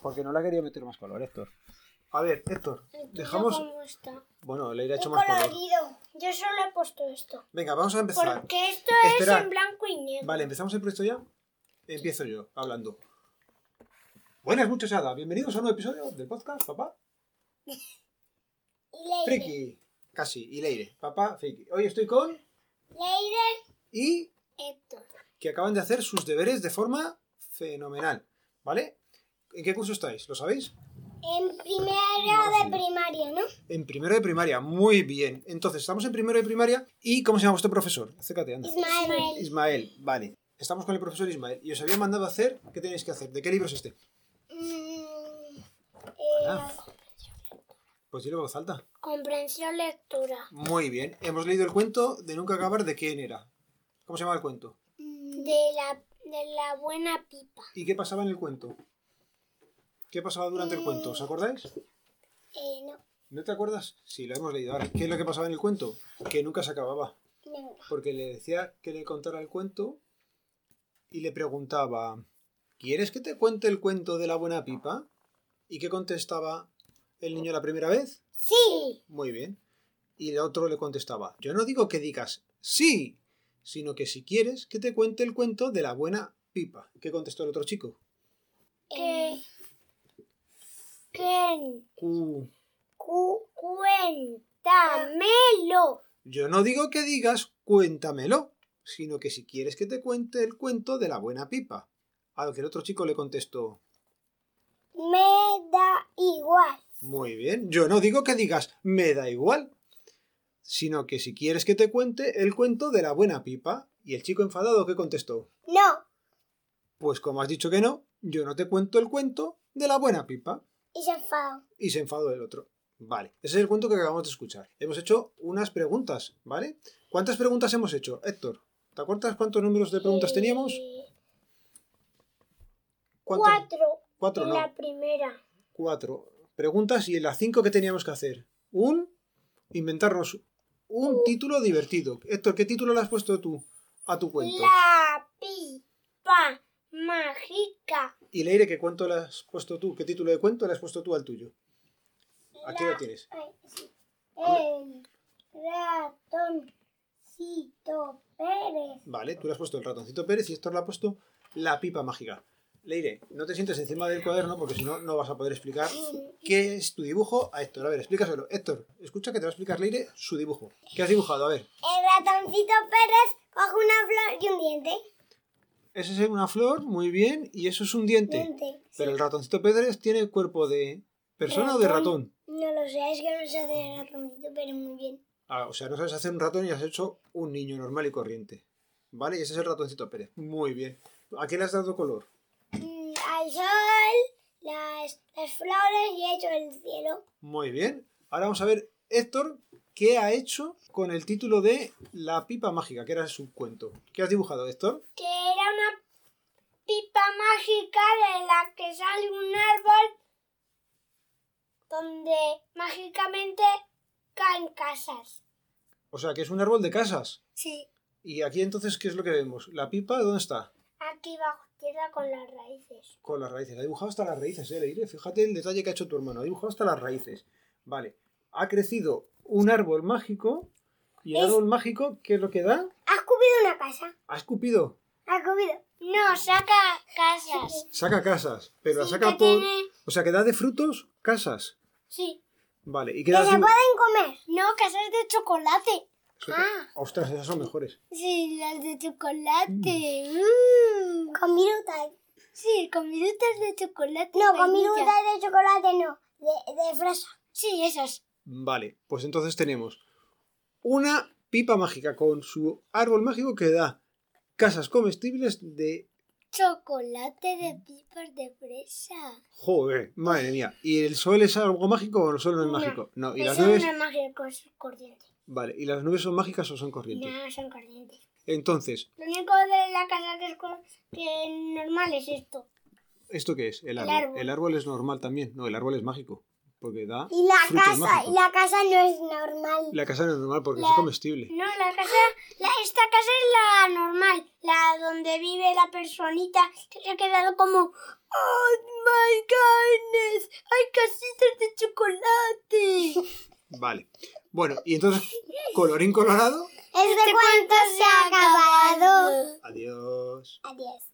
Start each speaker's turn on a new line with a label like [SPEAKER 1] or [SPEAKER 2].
[SPEAKER 1] Porque no le ha querido meter más color, Héctor.
[SPEAKER 2] A ver, Héctor, dejamos.
[SPEAKER 3] ¿Cómo está?
[SPEAKER 2] Bueno, le iré hecho
[SPEAKER 3] Muy
[SPEAKER 2] más color.
[SPEAKER 3] colorido. Yo solo he puesto esto.
[SPEAKER 2] Venga, vamos a empezar.
[SPEAKER 3] Porque esto
[SPEAKER 2] Espera.
[SPEAKER 3] es en blanco y negro.
[SPEAKER 2] Vale, ¿empezamos el proyecto ya? Empiezo yo, hablando. Buenas muchachadas, bienvenidos a un nuevo episodio del podcast, papá
[SPEAKER 3] Y Leire.
[SPEAKER 2] Friki. Casi, y Leire, papá Friki. Hoy estoy con
[SPEAKER 3] Leire,
[SPEAKER 2] y
[SPEAKER 3] Héctor.
[SPEAKER 2] que acaban de hacer sus deberes de forma fenomenal, ¿vale? ¿En qué curso estáis? ¿Lo sabéis?
[SPEAKER 3] En primero
[SPEAKER 2] Vale.
[SPEAKER 3] de primaria, ¿no?
[SPEAKER 2] En primero de primaria, muy bien. Entonces, estamos en primero de primaria y ¿cómo se llama vuestro profesor? Acércate, anda.
[SPEAKER 3] Ismael.
[SPEAKER 2] Ismael, vale. Estamos con el profesor Ismael y os había mandado a hacer, ¿qué tenéis que hacer? ¿De qué libro es este?
[SPEAKER 3] Mm, eh,
[SPEAKER 2] Ah. Pues dilo en voz alta.
[SPEAKER 3] comprensión lectura.
[SPEAKER 2] Muy bien. Hemos leído el cuento de Nunca Acabar de quién era. ¿Cómo se llama el cuento?
[SPEAKER 3] De la, de la buena pipa.
[SPEAKER 2] ¿Y qué pasaba en el cuento? ¿Qué pasaba durante el cuento? ¿Os acordáis?
[SPEAKER 3] Eh, no,
[SPEAKER 2] ¿No te acuerdas? Sí, lo hemos leído ahora. ¿Qué es lo que pasaba en el cuento? Que nunca se acababa.
[SPEAKER 3] no.
[SPEAKER 2] Porque le decía que le contara el cuento y le preguntaba, ¿quieres que te cuente el cuento de la buena pipa? ¿Y qué contestaba el niño la primera vez?
[SPEAKER 3] Sí.
[SPEAKER 2] Muy bien. Y el otro le contestaba, yo no digo que digas sí, sino que si quieres que te cuente el cuento de la buena pipa. ¿Qué contestó el otro chico? Eh.
[SPEAKER 3] Que. Que.
[SPEAKER 2] Cu-
[SPEAKER 3] cu-
[SPEAKER 2] Ah.
[SPEAKER 3] cuéntamelo.
[SPEAKER 2] Yo no digo que digas cuéntamelo, sino que si quieres que te cuente el cuento de la buena pipa. A lo que el otro chico le contestó,
[SPEAKER 3] Me da igual.
[SPEAKER 2] Muy bien. Yo no digo que digas me da igual, sino que si quieres que te cuente el cuento de la buena pipa. Y el chico enfadado que contestó,
[SPEAKER 3] No.
[SPEAKER 2] pues como has dicho que no, yo no te cuento el cuento de la buena pipa.
[SPEAKER 3] Y se enfadó.
[SPEAKER 2] Y se enfadó el otro. Vale, ese es el cuento que acabamos de escuchar. Hemos hecho unas preguntas, ¿vale? ¿Cuántas preguntas hemos hecho, Héctor? ¿Te acuerdas cuántos números de preguntas teníamos?
[SPEAKER 3] Eh,
[SPEAKER 2] ¿Cuántas?
[SPEAKER 3] Cuatro.
[SPEAKER 2] Cuatro,
[SPEAKER 3] en
[SPEAKER 2] no.
[SPEAKER 3] la primera.
[SPEAKER 2] cuatro preguntas y en las cinco que teníamos que hacer. Un, inventarnos un
[SPEAKER 3] Uh.
[SPEAKER 2] título divertido. Héctor, ¿qué título le has puesto tú a tu cuento?
[SPEAKER 3] La pipa mágica.
[SPEAKER 2] Y Leire, ¿qué cuento le has puesto tú? ¿Qué título de cuento le has puesto tú al tuyo? Aquí lo
[SPEAKER 3] La-
[SPEAKER 2] tienes.
[SPEAKER 3] Ay, sí. El ratoncito Pérez.
[SPEAKER 2] Vale, tú le has puesto el ratoncito Pérez y Héctor le ha puesto la pipa mágica. Leire, no te sientes encima del cuaderno porque si no, no vas a poder explicar qué es tu dibujo a Héctor. A ver, explícaselo. Héctor, escucha que te va a explicar Leire su dibujo. ¿Qué has dibujado? A ver.
[SPEAKER 3] El ratoncito Pérez coge una flor y un diente.
[SPEAKER 2] Esa es una flor, muy bien, y eso es un diente.
[SPEAKER 3] Diente.
[SPEAKER 2] Pero el ratoncito Pérez tiene cuerpo de persona o de ratón.
[SPEAKER 3] No lo sé, es que no se hace el ratoncito Pérez muy bien.
[SPEAKER 2] Ah, o sea, no sabes hacer un ratón y has hecho un niño normal y corriente. ¿Vale? Y ese es el ratoncito Pérez. Muy bien. ¿A qué le has dado color?
[SPEAKER 3] Mm, Al sol, las, las flores y he hecho el cielo.
[SPEAKER 2] Muy bien. Ahora vamos a ver, Héctor, qué ha hecho con el título de La pipa mágica, que era su cuento. ¿Qué has dibujado, Héctor?
[SPEAKER 3] que era una pipa mágica de la que sale un árbol donde mágicamente caen casas.
[SPEAKER 2] O sea, que es un árbol de casas.
[SPEAKER 3] Sí.
[SPEAKER 2] Y aquí entonces, ¿qué es lo que vemos? ¿La pipa dónde está?
[SPEAKER 3] Aquí bajo tierra con las raíces.
[SPEAKER 2] Con las raíces. Ha dibujado hasta las raíces, eh, Leire. Fíjate el detalle que ha hecho tu hermano. Ha dibujado hasta las raíces. Vale. Ha crecido un árbol mágico. Y el
[SPEAKER 3] Es-
[SPEAKER 2] árbol mágico, ¿qué es lo que da?
[SPEAKER 3] ¿Has cubido una casa?
[SPEAKER 2] Ha escupido.
[SPEAKER 3] ¿Has cubido? No, saca casas.
[SPEAKER 2] Saca casas. Pero la
[SPEAKER 3] Sí,
[SPEAKER 2] saca
[SPEAKER 3] que
[SPEAKER 2] por.
[SPEAKER 3] tiene-
[SPEAKER 2] O sea, que da de frutos casas.
[SPEAKER 3] Sí.
[SPEAKER 2] Vale. ¿Y
[SPEAKER 3] ¿Que
[SPEAKER 2] qué da
[SPEAKER 3] se
[SPEAKER 2] de fru-
[SPEAKER 3] pueden comer? No, casas de chocolate.
[SPEAKER 2] Eso te-
[SPEAKER 3] Ah.
[SPEAKER 2] Ostras, esas son mejores.
[SPEAKER 3] Sí, las de chocolate. Mm. Con virutas. Sí, con virutas de chocolate. No, con virutas de chocolate no. De, de fresa. Sí, esas.
[SPEAKER 2] Vale. Pues entonces tenemos una pipa mágica con su árbol mágico que da casas comestibles de
[SPEAKER 3] Chocolate de pipas de fresa.
[SPEAKER 2] Joder, madre mía. ¿Y el sol es algo mágico o el sol no es
[SPEAKER 3] No,
[SPEAKER 2] mágico? No, y las
[SPEAKER 3] Eso
[SPEAKER 2] nubes.
[SPEAKER 3] no es mágico, es corriente.
[SPEAKER 2] Vale, ¿y las nubes son mágicas o son corrientes?
[SPEAKER 3] No, son corrientes.
[SPEAKER 2] Entonces,
[SPEAKER 3] Lo único de la casa que es, cor- que es normal es esto.
[SPEAKER 2] ¿esto qué es? El árbol.
[SPEAKER 3] árbol.
[SPEAKER 2] El árbol es normal también. No, el árbol es mágico. Porque da.
[SPEAKER 3] Y la
[SPEAKER 2] Frutos
[SPEAKER 3] casa,
[SPEAKER 2] mágicos.
[SPEAKER 3] y la casa no es normal.
[SPEAKER 2] La casa no es normal porque
[SPEAKER 3] La-
[SPEAKER 2] es comestible.
[SPEAKER 3] No, la casa, la, esta casa es la normal, la donde vive la personita que se ha quedado como, oh my goodness, hay casitas de chocolate.
[SPEAKER 2] Vale. Bueno, y entonces, colorín colorado.
[SPEAKER 3] ¿Este cuento se ha acabado?
[SPEAKER 2] Adiós.
[SPEAKER 3] Adiós.